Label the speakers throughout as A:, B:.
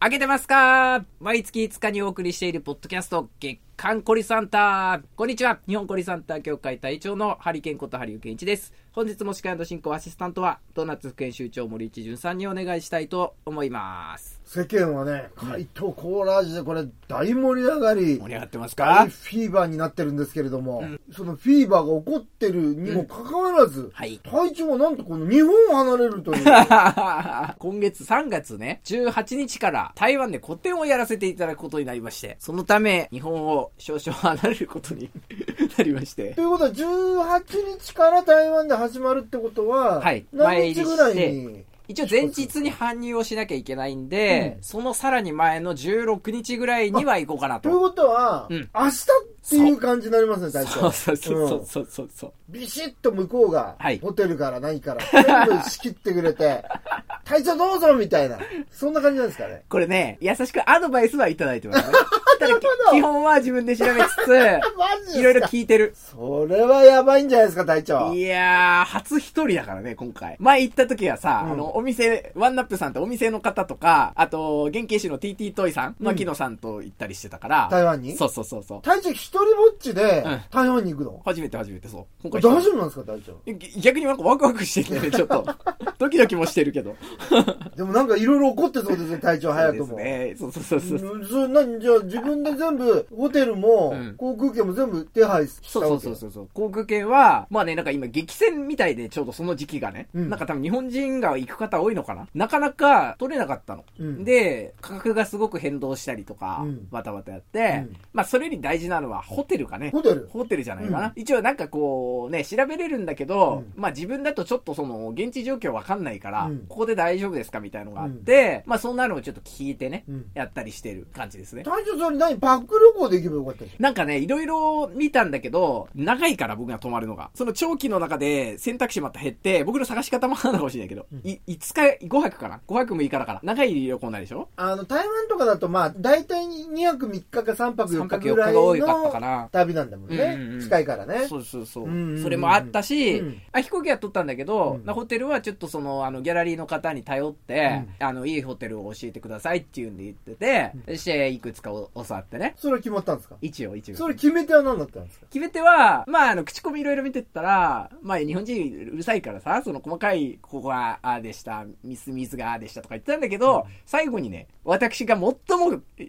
A: あげてますか毎月5日にお送りしているポッドキャスト月刊コリサンタこんにちは日本コリサンタ協会隊長のハリケンことハリウケンイチです。本日も司会の進行アシスタントはドーナツ副編集長森一淳さんにお願いしたいと思います。
B: 世間はね、怪盗コーラ味でこれ大盛り上がり、
A: 盛り上がってますか
B: 大フィーバーになってるんですけれども、そのフィーバーが起こってるにもかかわらず、
A: はい
B: 隊長はなんとこの日本を離れるとい う。
A: 今月3月ね、18日から台湾で個展をやらせていただくことになりまして、そのため日本を少々離れることに なりまして
B: と。いうことは18日から台湾で始まるってことは、
A: はい
B: 何日ぐらい
A: 前入
B: に
A: 一応前日に搬入をしなきゃいけないんで、そのさらに前の16日ぐらいには行こうかな
B: という
A: と。
B: ことは、
A: うん
B: 明日っていう感じになりますね、隊
A: そ
B: 長。
A: うそうそうそう
B: うん
A: そうそうそう。
B: ビシッと向こうが、
A: はい
B: ホテルから何から、全部仕切ってくれ て、隊長どうぞみたいな、そんな感じなんですかね。
A: これね、優しくアドバイスはいただい てますね。ただ
B: るほど
A: 基本は自分で調べ つ
B: マジです
A: つ、
B: か
A: いろいろ聞いてる。
B: それはやばいんじゃないですか、隊長。
A: いやー、初一人だからね、今回。前行った時はさ、
B: うん
A: あの、お店、ワンナップさんってお店の方とか、あと、原型師の TT トイさん、牧野さんと行ったりしてたから。
B: 台湾に
A: そうそうそうそう。
B: 隊長一人ぼっちで
A: うん
B: 台湾に行くの、
A: 初めて初めてそう。今
B: 大
A: 一人
B: 丈夫なんですか、隊長。
A: ぎ逆になんかワクワクしてきた ね、ちょっと。ドキドキもしてるけど。
B: でもなんかいろいろ怒ってそうですね、隊
A: そ
B: 長
A: う
B: 早
A: で
B: く
A: す
B: も。
A: ね。そうそうそうそう。
B: うんそれ何じゃあ自分で全部、ホテルも、
A: うん
B: 航空券も全部手配した
A: そ
B: わけ
A: うそうそうそう。航空券は、まあね、なんか今激戦みたいでちょうどその時期がね、
B: うん
A: なんか多分日本人が行く方多いのかななかなか取れなかったの。
B: うん
A: で、価格がすごく変動したりとか、
B: うん
A: バタバタやって、
B: うん
A: まあそれより大事なのはホテルかね。
B: ホテル
A: ホテルじゃないかな。一応なんかこうね、調べれるんだけど、まあ自分だとちょっとその現地状況わかんないから、
B: うん
A: ここで大丈夫ですかみたいのがあって、まあそんなのをちょっと聞いてね、
B: うん
A: やったりしてる感じですね。
B: 隊長それ何パック旅行で行けばよかったじゃん。
A: なんかね、いろいろ見たんだけど、長いから僕が泊まるのが。その長期の中で選択肢また減って、僕の探し方もあるのかもしれないけど、い5日、5泊かな ?5 泊6日だから。長い旅行になるでしょ
B: あの、台湾とかだとまあ、大体2泊3日か3泊4
A: ?3
B: 日
A: 泊
B: ぐ
A: 4
B: ら
A: 日
B: い
A: が多かったか
B: の
A: な。
B: 旅なんだもんね。
A: うんうんうん
B: 近いからね。
A: そうそうそう。
B: うんうんうん
A: それもあったし、
B: うん
A: あ飛行機は取ったんだけど、
B: うん
A: なホテルはちょっとその、あの、ギャラリーの方に頼って、あの、いいホテルを教えてくださいっていうんで言ってて、そして、いくつかお教わってね。
B: それは決まったんですか
A: 一応、一応。
B: それ決め手は何だったんですか
A: 決め手は、まあ、あの、口コミいろいろ見てったら、まあ、日本人うるさいからさ、その細かい、ここは、ああでした、ミスミスがああでしたとか言ってたんだけど、最後にね、私が最も、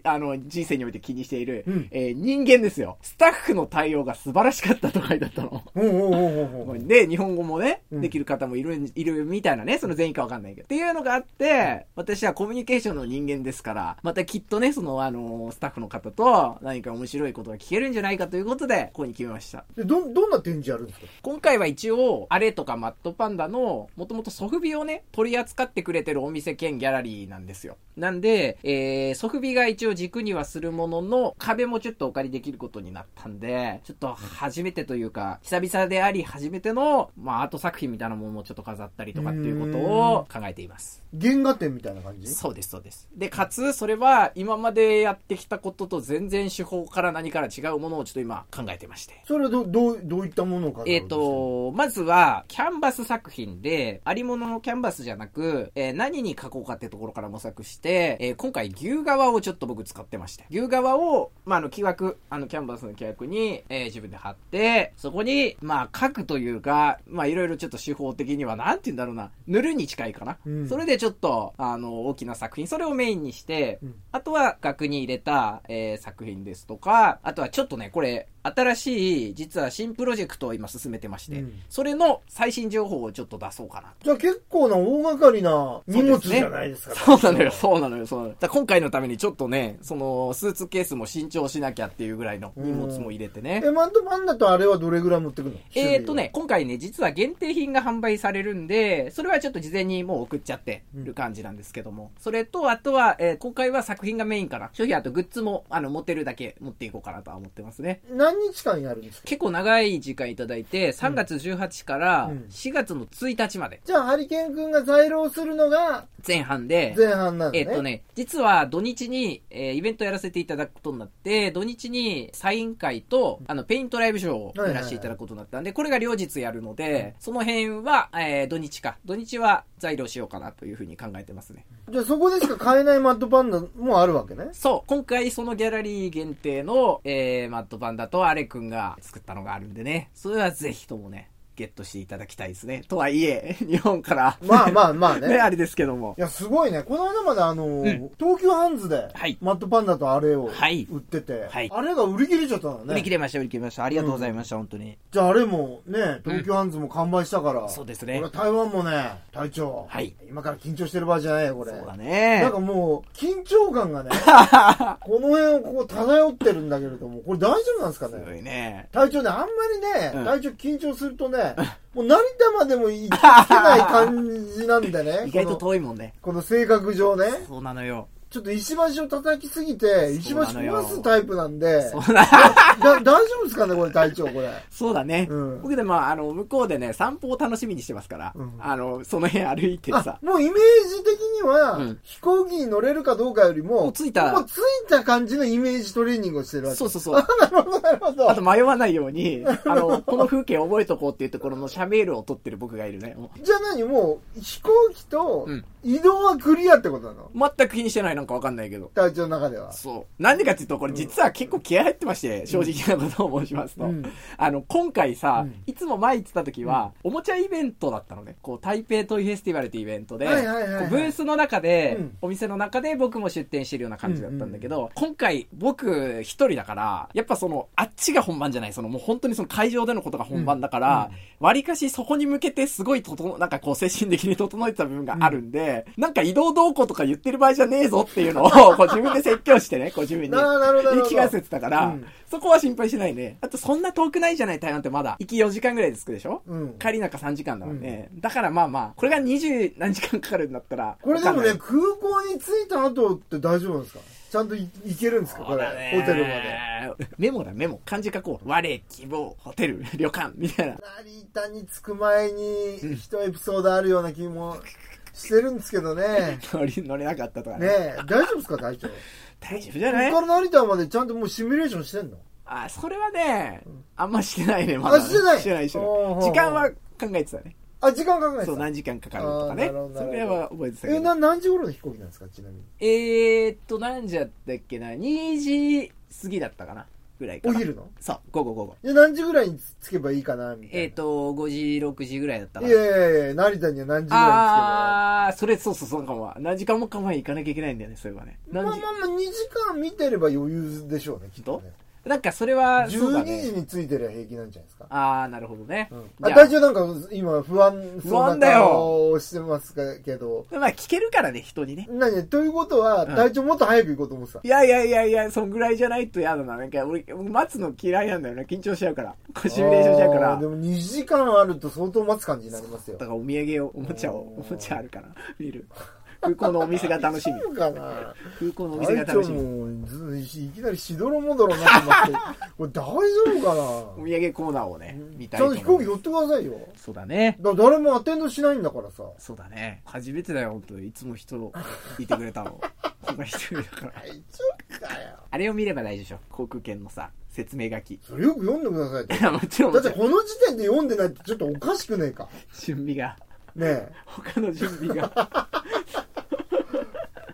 A: あの、人生において気にしている、
B: うん
A: えー人間ですよ。スタッフの対応が素晴らしかったと書いてあったの。
B: おうおうおうおうおう
A: で、日本語もね、
B: うん
A: できる方もいるん、いるみたいなね、その全員かわかんないけど。っていうのがあって、私はコミュニケーションの人間ですから、またきっとね、その、あの、スタッフの方と何か面白いことが聞けるんじゃないかということで、ここに決めました。
B: でど、どんな展示やるんですか
A: 今回は一応、あれとかマットパンダの、もともとソフビをね、取り扱ってくれてるお店兼ギャラリーなんですよ。なんで、えー、ソフビが一応軸にはするものの、壁もちょっとお借りできることになったんで、ちょっと初めてというか、久々であり初めての、まあアート作品みたいなものもちょっと飾ったりとかっていうことを考えています。
B: 原画展みたいな感じ
A: そうです、そうです。で、かつ、それは今までやってきたことと全然手法から何から違うものをちょっと今考えてまして。
B: それはどどうどういったものか
A: えっ、と、まずは、キャンバス作品で、ありもののキャンバスじゃなく、えー何に書こうかってところから模索して、えー今回牛革をちょっと僕使ってまして、牛革を、まあ、あの、木枠、あの、キャンバスの木枠に、えー自分で貼って、そこに、まあ、書くというか、まあ、いろいろちょっと手法的には、なんて言うんだろうな、塗るに近いかな。
B: うん
A: それでちょっと、あの、大きな作品、それをメインにして、
B: うん
A: あとは額に入れた、えー作品ですとか、あとはちょっとね、これ、新しい、実は新プロジェクトを今進めてまして、
B: うん
A: それの最新情報をちょっと出そうかな と。
B: じゃあ結構な大掛かりな荷物じゃないですか。
A: そうなのよ、そうなのよ、そうなのよ。だから今回のためにちょっとね、その、スーツケースも新調しなきゃっていうぐらいの荷物も入れてね。
B: え、マントパンダとあれはどれぐらい持ってくの
A: えー、とね、。今回ね、実は限定品が販売されるんで、それはちょっと事前にもう送っちゃってる感じなんですけども。それと、あとは、えー今回は作品がメインかな。商品あとグッズも、あの、持てるだけ持っていこうかなとは思ってますね。
B: 種類は何日間やるんですか
A: 結構長い時間いただいて、3月18日から
B: うん
A: 4月の1日まで、
B: じゃあハリケーン君が在労するのが
A: 前半で、
B: 前半なん
A: え
B: で
A: っ
B: ね。
A: とね、実は土日に、えーイベントやらせていただくことになって、土日にサイン会と、あの、ペイントライブショーをやらせていただくことになったんで、これが両日やるので、その辺は、えー土日か。土日は材料しようかなというふうに考えてますね。
B: じゃあそこでしか買えないマッドパンダもあるわけね。
A: そう、今回そのギャラリー限定の、えー、マッドパンダとアレくんが作ったのがあるんでね、それはぜひともね、ゲットしていただきたいですね。とはいえ、 日本から、
B: まあまあまあね。
A: ね、あれですけども
B: い。や、すごいね。この間まであの、東急ハンズで
A: はい、
B: マットパンダとあれを
A: はい
B: 売ってて、
A: はい
B: あれが売り切れちゃったの
A: 売り切
B: ね。
A: れました、売り切れました。ありがとうございました、本当に。
B: じゃああれもね、東急ハンズも完売したから、
A: そうです
B: こ
A: ね
B: れ。台湾もね、隊長、
A: はい
B: 今から緊張してる場合じゃないよ、これ。
A: そうだ
B: な
A: ね
B: ん。かもう、緊張感がね、この辺をこう漂ってるんだけれども、これ大丈夫なんです か
A: すご
B: ね
A: いね。
B: 隊長ね、あんまりね、
A: うん
B: 隊長緊張する
A: 。
B: とね、もう成田までも行きつけない感じなんでね
A: 意外と
B: この
A: 遠いもんね。
B: この性格上ね。
A: そうなのよ。
B: ちょっと石橋を叩きすぎて、石橋
A: そうなのよ
B: 壊すタイプなんで、
A: そう な、
B: だ大丈夫ですかね、これ、隊長、こ れ。
A: そうだね。
B: うん
A: 僕でも、あの、向こうでね、散歩を楽しみにしてますから、
B: うん
A: あの、その辺歩いて
B: あ
A: さ、、
B: もうイメージ的には、
A: うん
B: 飛行機に乗れるかどうかよりも、
A: もう着いた
B: もう着いた感じのイメージトレーニングをしてるわけ。
A: そう そうそう。
B: なるほど、なるほ ど。
A: あと迷わないように、あの、この風景を覚えとこうっていうところのシャメールを取ってる僕がいるね。も
B: じゃあ何もう、飛行機と
A: うん
B: 移動はクリアってことなの
A: う全く気にしてないなんかわかんないけど。
B: 隊長の中では。
A: そう。なんでかっていうと、これ実は結構気合入ってまして、正直なことを申しますと。
B: うん
A: あの、今回さ、
B: うん
A: いつも前行ってた時は、おもちゃイベントだったのね。こう、台北トイフェスティバルっていうイベントで、
B: はいはいはいはい
A: こうブースの中で、
B: うん
A: お店の中で僕も出店してるような感じだったんだけど、今回僕一人だから、やっぱその、あっちが本番じゃない、そのもう本当にその会場でのことが本番だから、わりかしそこに向けてすごい整、なんかこう精神的に整えてた部分があるんで、なんか移動動向とか言ってる場合じゃねえぞっていう のを、こう自分で説教してね、こう自分に。
B: ななる
A: い
B: ほど、なるほ
A: う
B: ど。
A: 気がせてたから、
B: うん
A: そこは心配しないね。あとそんな遠くないじゃない、台湾ってまだ。行き4時間ぐらいで着くでしょ、
B: うん。
A: 帰りなんか3時間だもんね。だからまあまあ、これが20何時間かかるんだったら。
B: これでも
A: わか
B: ね
A: ん、ない、
B: 空港に着いた後って大丈夫なんですかちゃんとい行けるんですかこれ、ホテルまで。
A: で。メモだ、メモ。漢字書こう。我、希望、ホテル、旅館、みたいな。
B: 成田に着く前に一エピソードあるような気もしてるんですけど ね。
A: 乗り、乗れなかったとかね。
B: ねえ、大丈夫ですか隊長。こ
A: 大丈夫じゃ
B: こか
A: ない
B: ら成田までちゃんともうシミュレーションしてんの
A: あ、それはね、あんましてないね、まだ、
B: あ、
A: ね。
B: してない
A: してない、してない
B: おーおーおー
A: 時間は考えてたね。
B: あ、時間かかんない
A: そう、
B: です
A: 何時間かかるとかね
B: あーなるほ。ど
A: それは覚えてたけど。
B: え、な、何時頃の飛行機なんですかちなみに。
A: えー、っと、何時だったっけな ?2 時過ぎだったかなぐらいか
B: お
A: な。
B: 昼の
A: そう、午後午後。
B: で、何時ぐらいに着けばいいかなみたいな。
A: えー、っと、5時、6時ぐらいだったか
B: い
A: な。
B: やいやいや、成田には何時ぐら
A: あー、それ、そうそう、そうかも。何時間もか前に行かなきゃいけないんだよね、そういえばね。
B: いに着けば。
A: 何
B: まあ
A: 時
B: まあまあ、2時間見てれば余裕でしょうね、きっとね。
A: なんかそれは、そうだ
B: 12時
A: ね。
B: に着いてりゃ平気なんじゃないですか。
A: あー、なるほどね。
B: うんあ
A: じゃ
B: 大丈夫なんか今不安そう
A: 不安だ
B: な
A: よ
B: 顔をしてますけど。
A: あ、まあ聞けるからね、人にね。
B: 何ということは、
A: うん
B: 体調もっと早く行こうと思ってた。
A: いやいやいやいや、そんぐらいじゃないと嫌だな。なんか俺、待つの嫌いなんだよね。緊張しちゃうから。こうシミュレーションしちゃうから。
B: あーでも2時間あると相当待つ感じになりますよ
A: だ。からお土産を、おもちゃを、おもちゃあるから、見る。空港のお店が楽 しみ。
B: そうかな
A: 空港のお店が
B: 体
A: 楽
B: 調
A: しみ。
B: もずいきなりしどろもどろになってますけど これ大丈夫
A: お
B: か
A: 土産コーナーをね、見
B: な
A: た
B: ち
A: いと
B: ゃん
A: 思
B: と
A: います
B: 飛行機乗ってくださいよ。
A: そうだね。
B: だ誰もアテンドしないんだからさ。
A: そうだね。初めてだよ、本当に。いつも人、いてくれた の。ここ一人だから。
B: 大丈夫かよ。
A: あれを見れば大丈夫でしょ。航空券のさ、説明書き。 い
B: それよく読んでくださいって。
A: や、もちろん、
B: だ
A: も
B: っ
A: ち
B: て
A: ろん
B: この時点で読んでないってちょっとおかしくねえか。
A: 準備が。
B: ねえ。
A: 他の準備 が。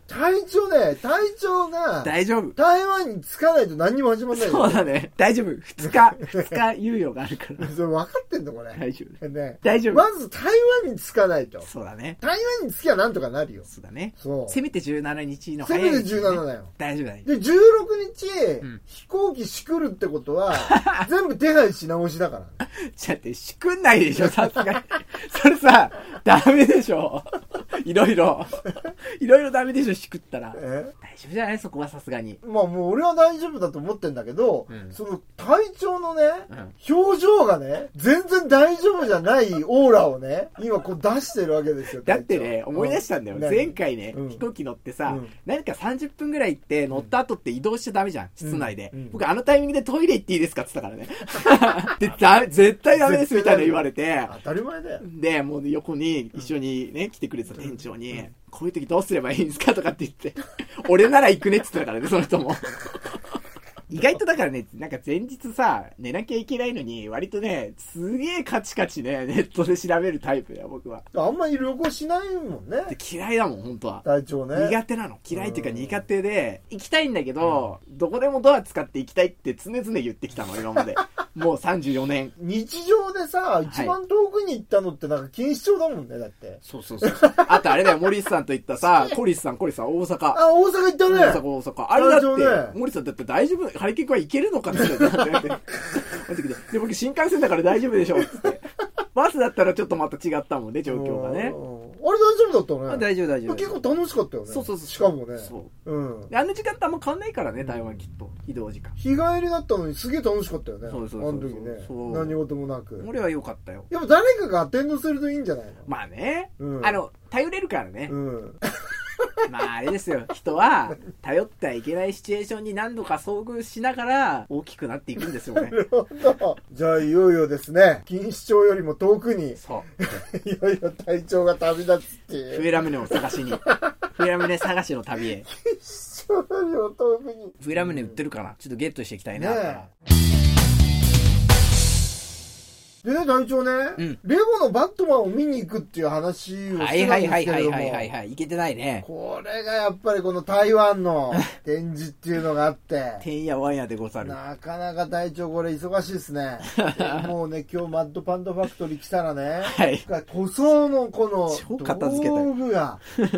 B: 隊長ね、隊長が
A: 大丈夫。
B: 台湾に着かないと何にも始まんないよ
A: そうだね。大丈夫。二日、二日猶予があるから。
B: それ分かってんのこれ。
A: 大丈夫。
B: ね
A: 大丈夫
B: まず台湾に着かないと。
A: そうだね。
B: 台湾に着きゃなんとかなるよ。
A: そうだね。
B: そう。
A: せ
B: せ
A: めて17日の
B: め
A: 早い
B: て
A: 時期ね
B: 17だよ。
A: 大丈夫だね。
B: で、16日、
A: うん
B: 飛行機しくるってことは、 全部手配し直しだから。
A: ちょっと待って、しくんないでしょ、さすがに。それさ、ダメでしょ。いろいろ。いろいろダメでしょ、しくったら。大
B: え
A: 丈夫じゃないそこはさすがに。
B: まあもう俺は大丈夫だと思ってんだけど、
A: うん
B: その体調のね、
A: うん
B: 表情がね、全然大丈夫じゃないオーラをね、今こう出してるわけですよ。
A: だって
B: 隊
A: ね、
B: 長
A: 思い出したんだよ。
B: う
A: 前回ね、
B: うん
A: 飛行機乗ってさ
B: うん、
A: 何か30分ぐらい行って、乗った後って移動しちゃダメじゃん、室内で
B: うん。
A: 僕、あのタイミングでトイレ行っていいですかって言 ったからね。で、だ絶対ダメですみたいな言われて。
B: 当たり前だよ。
A: で、もう横に一緒にね、来てくれてた店長に、こういう時どうすればいいんですかとかって言って、俺なら行くねって言ってたからね、その人も。意外とだからね、なんか前日さ、寝なきゃいけないのに、割とね、すげえカチカチね、ネットで調べるタイプだよ、僕は。
B: あんまり旅行しないもんね。
A: で嫌いだもん、本当は。
B: 体調ね。
A: 苦手なの。嫌いっていうか苦手で、行きたいんだけど、どこでもドア使って行きたいって常々言ってきたの、今ま で。もう34年。
B: 日常でさ、一番遠くに行ったのってなんか錦糸町だもんね、だって。
A: そうそうそうそう。あとあれだよ、森さんと行ったさ、コリスさん、コリスさん、大阪。
B: あ、大阪行ったね。
A: 大阪、大阪。あれだ
B: 大丈
A: っ
B: 夫
A: て、森さんだって大丈夫、ハリケーンはいけるのかって言ってたん だよねマジでで、僕新幹線だから大丈夫でしょ、つって。バスだったらちょっとまた違ったもんね、状況がね
B: う。んあれ大丈夫だった
A: あ
B: ね。
A: 大丈夫、大丈夫。
B: 結構楽しかったよね。
A: そうそうそう
B: しかもね。。
A: そう
B: ん。
A: あの時間ってあんま変わんないからね、台湾きっと。移動時間。
B: 日帰りだったのにすげえ楽しかったよね。
A: そうそうそうそうそう
B: あの時ね。何事もなく。
A: 俺は良かったよ。
B: やっぱ誰かがアテンドするといいんじゃないの
A: まあね、
B: うん
A: あの、頼れるからね。
B: うん。
A: まああれです よ、人は頼ってはいけないシチュエーションに何度か遭遇しながら大きくなっていくんですよね。
B: なるほど。じゃあいよいよですね、錦糸町よりも遠くに、い
A: そう。
B: よいよ体調が旅立つって
A: フ
B: いう。
A: エラムネを探し に。フエラムネ探しの旅へ。
B: 錦糸町よりも遠くに。
A: フエラムネ売ってるかなちょっとゲットしていきたいな。
B: ねでね、隊長ね、
A: うん
B: レゴのバットマンを見に行くっていう話をしてたん
A: はいはい
B: で
A: は
B: す
A: い
B: け
A: は
B: れ
A: い
B: ど
A: はいはい
B: も、
A: はい。いけてないね。
B: これがやっぱりこの台湾の展示っていうのがあって、
A: てんやわんやでござる。
B: なかなか隊長これ忙しいで すね。でもうね、今日マッドパンダファクトリー来たらね、
A: はい。
B: 塗装のこ
A: 超
B: の
A: 片付けたよ
B: 道具が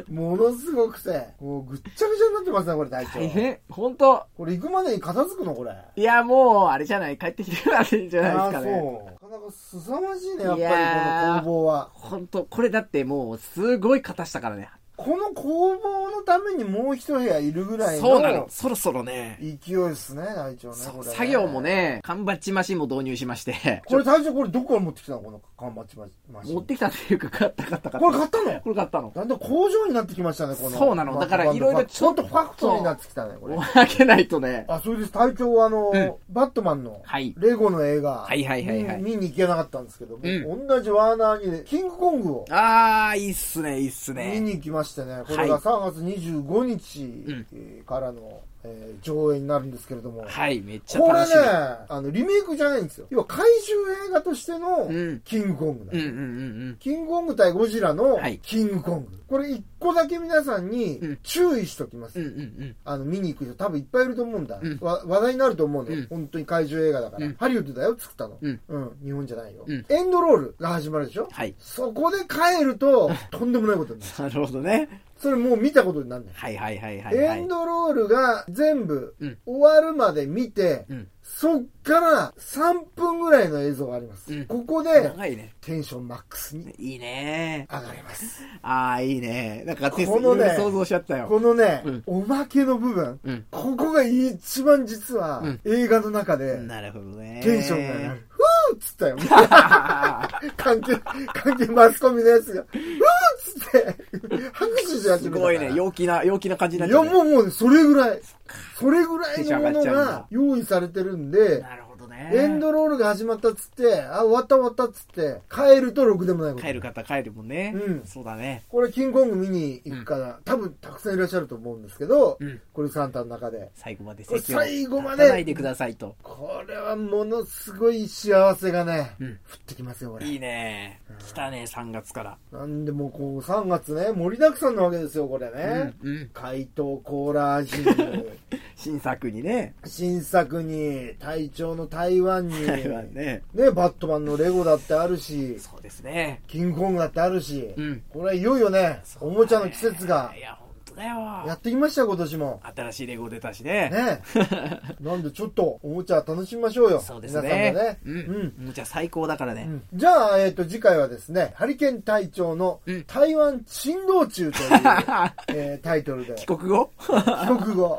B: ものすごくて、もうぐっちゃぐちゃになってますね、これ隊
A: 大
B: 長。
A: 変。ほんと。
B: これ行くまでに片付くのこれ。
A: いや、もう、あれじゃない。帰ってきてるわけじゃない
B: あ
A: で
B: あ
A: すか
B: ー、
A: ね。
B: そう。なかなか凄まじいね、やっ
A: いや
B: ぱりこの
A: ー
B: 工房は。
A: ほんと、これだってもう、すごい型したからね。
B: この工房のためにもう一部屋いるぐらい
A: そうなの
B: の。
A: そろそろね
B: 勢。いですね、隊長ね。これね
A: 作業も。ね、缶バッチマシンも導入しま して、
B: これ隊長これどこから持ってきたのこの缶バッチマシン。
A: 持ってきたっていうか、買った買った買
B: こ
A: っ
B: れ
A: た。
B: 買ったの
A: これ買ったの。
B: だんだん工場になってきましたね、この。
A: そうなのだから
B: バンド
A: いろいろちょっと
B: ほんとファクトリーになってきたね、これ。
A: 開けないとね。
B: あ、それです。隊長はあの、
A: うん
B: バットマンの
A: はい、
B: レゴの映画、
A: はいはいはいはい
B: 見に見に行けなかったんですけど、
A: ん
B: 同じワーナーに、キングコングを
A: あー、いいっすね、いいっす
B: 見
A: ね。
B: に行きましてね、これが3月25日えーからの、えー上映になるんですけれども、
A: はい、めっちゃ
B: これ
A: 楽し
B: ね、あの、リメイクじゃないんですよ。要は怪獣映画としての
A: うん、
B: キングコングだ、
A: み。うんうんうん
B: キングコング対ゴジラの
A: はい、
B: キングコング。これ一個だけ皆さん
A: うん
B: に注意しときます。
A: うん。うんうん
B: あの、見に行く人多分いっぱいいると思うんだ。
A: うん
B: わ話題になると思うのよ。
A: うん
B: 本当に怪獣映画だから。
A: うん
B: ハリウッドだよ、作ったの。
A: うん
B: 日本じゃないよ、
A: うん
B: エンドロールが始まるでしょ
A: うん。はい。
B: そこで帰ると、とんでもないことになる。
A: なるほどね。
B: それもう見たことになんない。
A: はいはいはいはい、は
B: エ
A: い
B: ン。ドロールが全部
A: うん
B: 終わるまで見て、
A: うん
B: そっから3分ぐらいの映像があります。
A: うん
B: ここで
A: 長いね。
B: テンションマックスに
A: いいね。
B: 上がります。
A: あー、いいね。なんか、テス
B: このね
A: いろいろ想像しちゃったよ。
B: このね、
A: うん
B: おまけの部分、
A: うん
B: ここが一番実は
A: うん
B: 映画の中で
A: なるほどね。
B: テンションが上がる。ふーっつったよ。関係、関係マスコミのやつが、ふーっつって、拍手し始めたか ら。
A: すごいね。陽気な、陽気な感じになっ
B: い
A: ちゃ
B: や、
A: うね、
B: もうもうね、それぐらい、それぐらい
A: テンショ
B: の
A: ン
B: も
A: 上がっ
B: の
A: ちゃうんだ
B: が用意されてるんで、
A: なるほどね。
B: エンドロールが始まったっつって、あ、終わった終わったっつって、帰るとろくでもないこと。
A: 帰る方帰るもんね。
B: うん
A: そうだね。
B: これ、キングコング見に行くから、多分たくさんいらっしゃると思うんですけど、
A: うん
B: これサンタの中で。
A: 最後までを
B: 最後まで
A: 立たないでくださいと。
B: これはものすごい幸せがね、
A: うん
B: 降ってきますよ、これ。
A: いいね。来たね、3月から。
B: なんでもうこう、3月ね、盛りだくさんなわけですよ、これね。
A: うんうん
B: 怪盗コーラ味
A: 新作にね。
B: 新作に、隊長の台湾に、
A: 台湾ね。
B: ね、バットマンのレゴだってあるし、
A: そうですね。
B: キングコングだってあるし、
A: うん
B: これはいよいよね、おもちゃの季節が
A: いや、ほんとだよ。
B: やってきましたよ、今年も。
A: 新しいレゴ出たしね。
B: ねなんでちょっとおもちゃ楽しみましょうよ。
A: そうです
B: 皆さ
A: ね
B: ん。もね。
A: う
B: うん
A: ん。もうじゃあ最高だからね。
B: じゃあ、えっ、と、次回はですね、ハリケーン隊長の
A: うん
B: 台湾珍道 中という、えータイトルで、
A: 帰
B: 帰
A: 国後あ
B: 国語。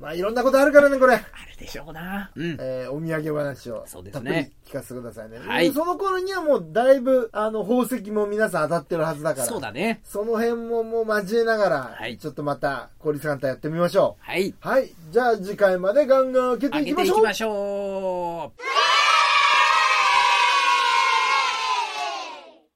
B: まあ、いろんなことあるからね、これ。
A: れでしょうな。うん。
B: えーお土産話を
A: そうで
B: た
A: す
B: っ
A: ね
B: ぷり聞かせてくださいね。
A: はい
B: その頃にはもうだいぶ、あの、宝石も皆さん当たってるはずだから。
A: そうだね。
B: その辺ももう交えながら、
A: はい
B: ちょっとまた、コリスカンタやってみましょ
A: はい。
B: う。はい。じゃあ次回までガンガン開けて
A: 開
B: い
A: け
B: き
A: て
B: ま
A: い
B: しょ
A: き
B: う
A: ま。しょう。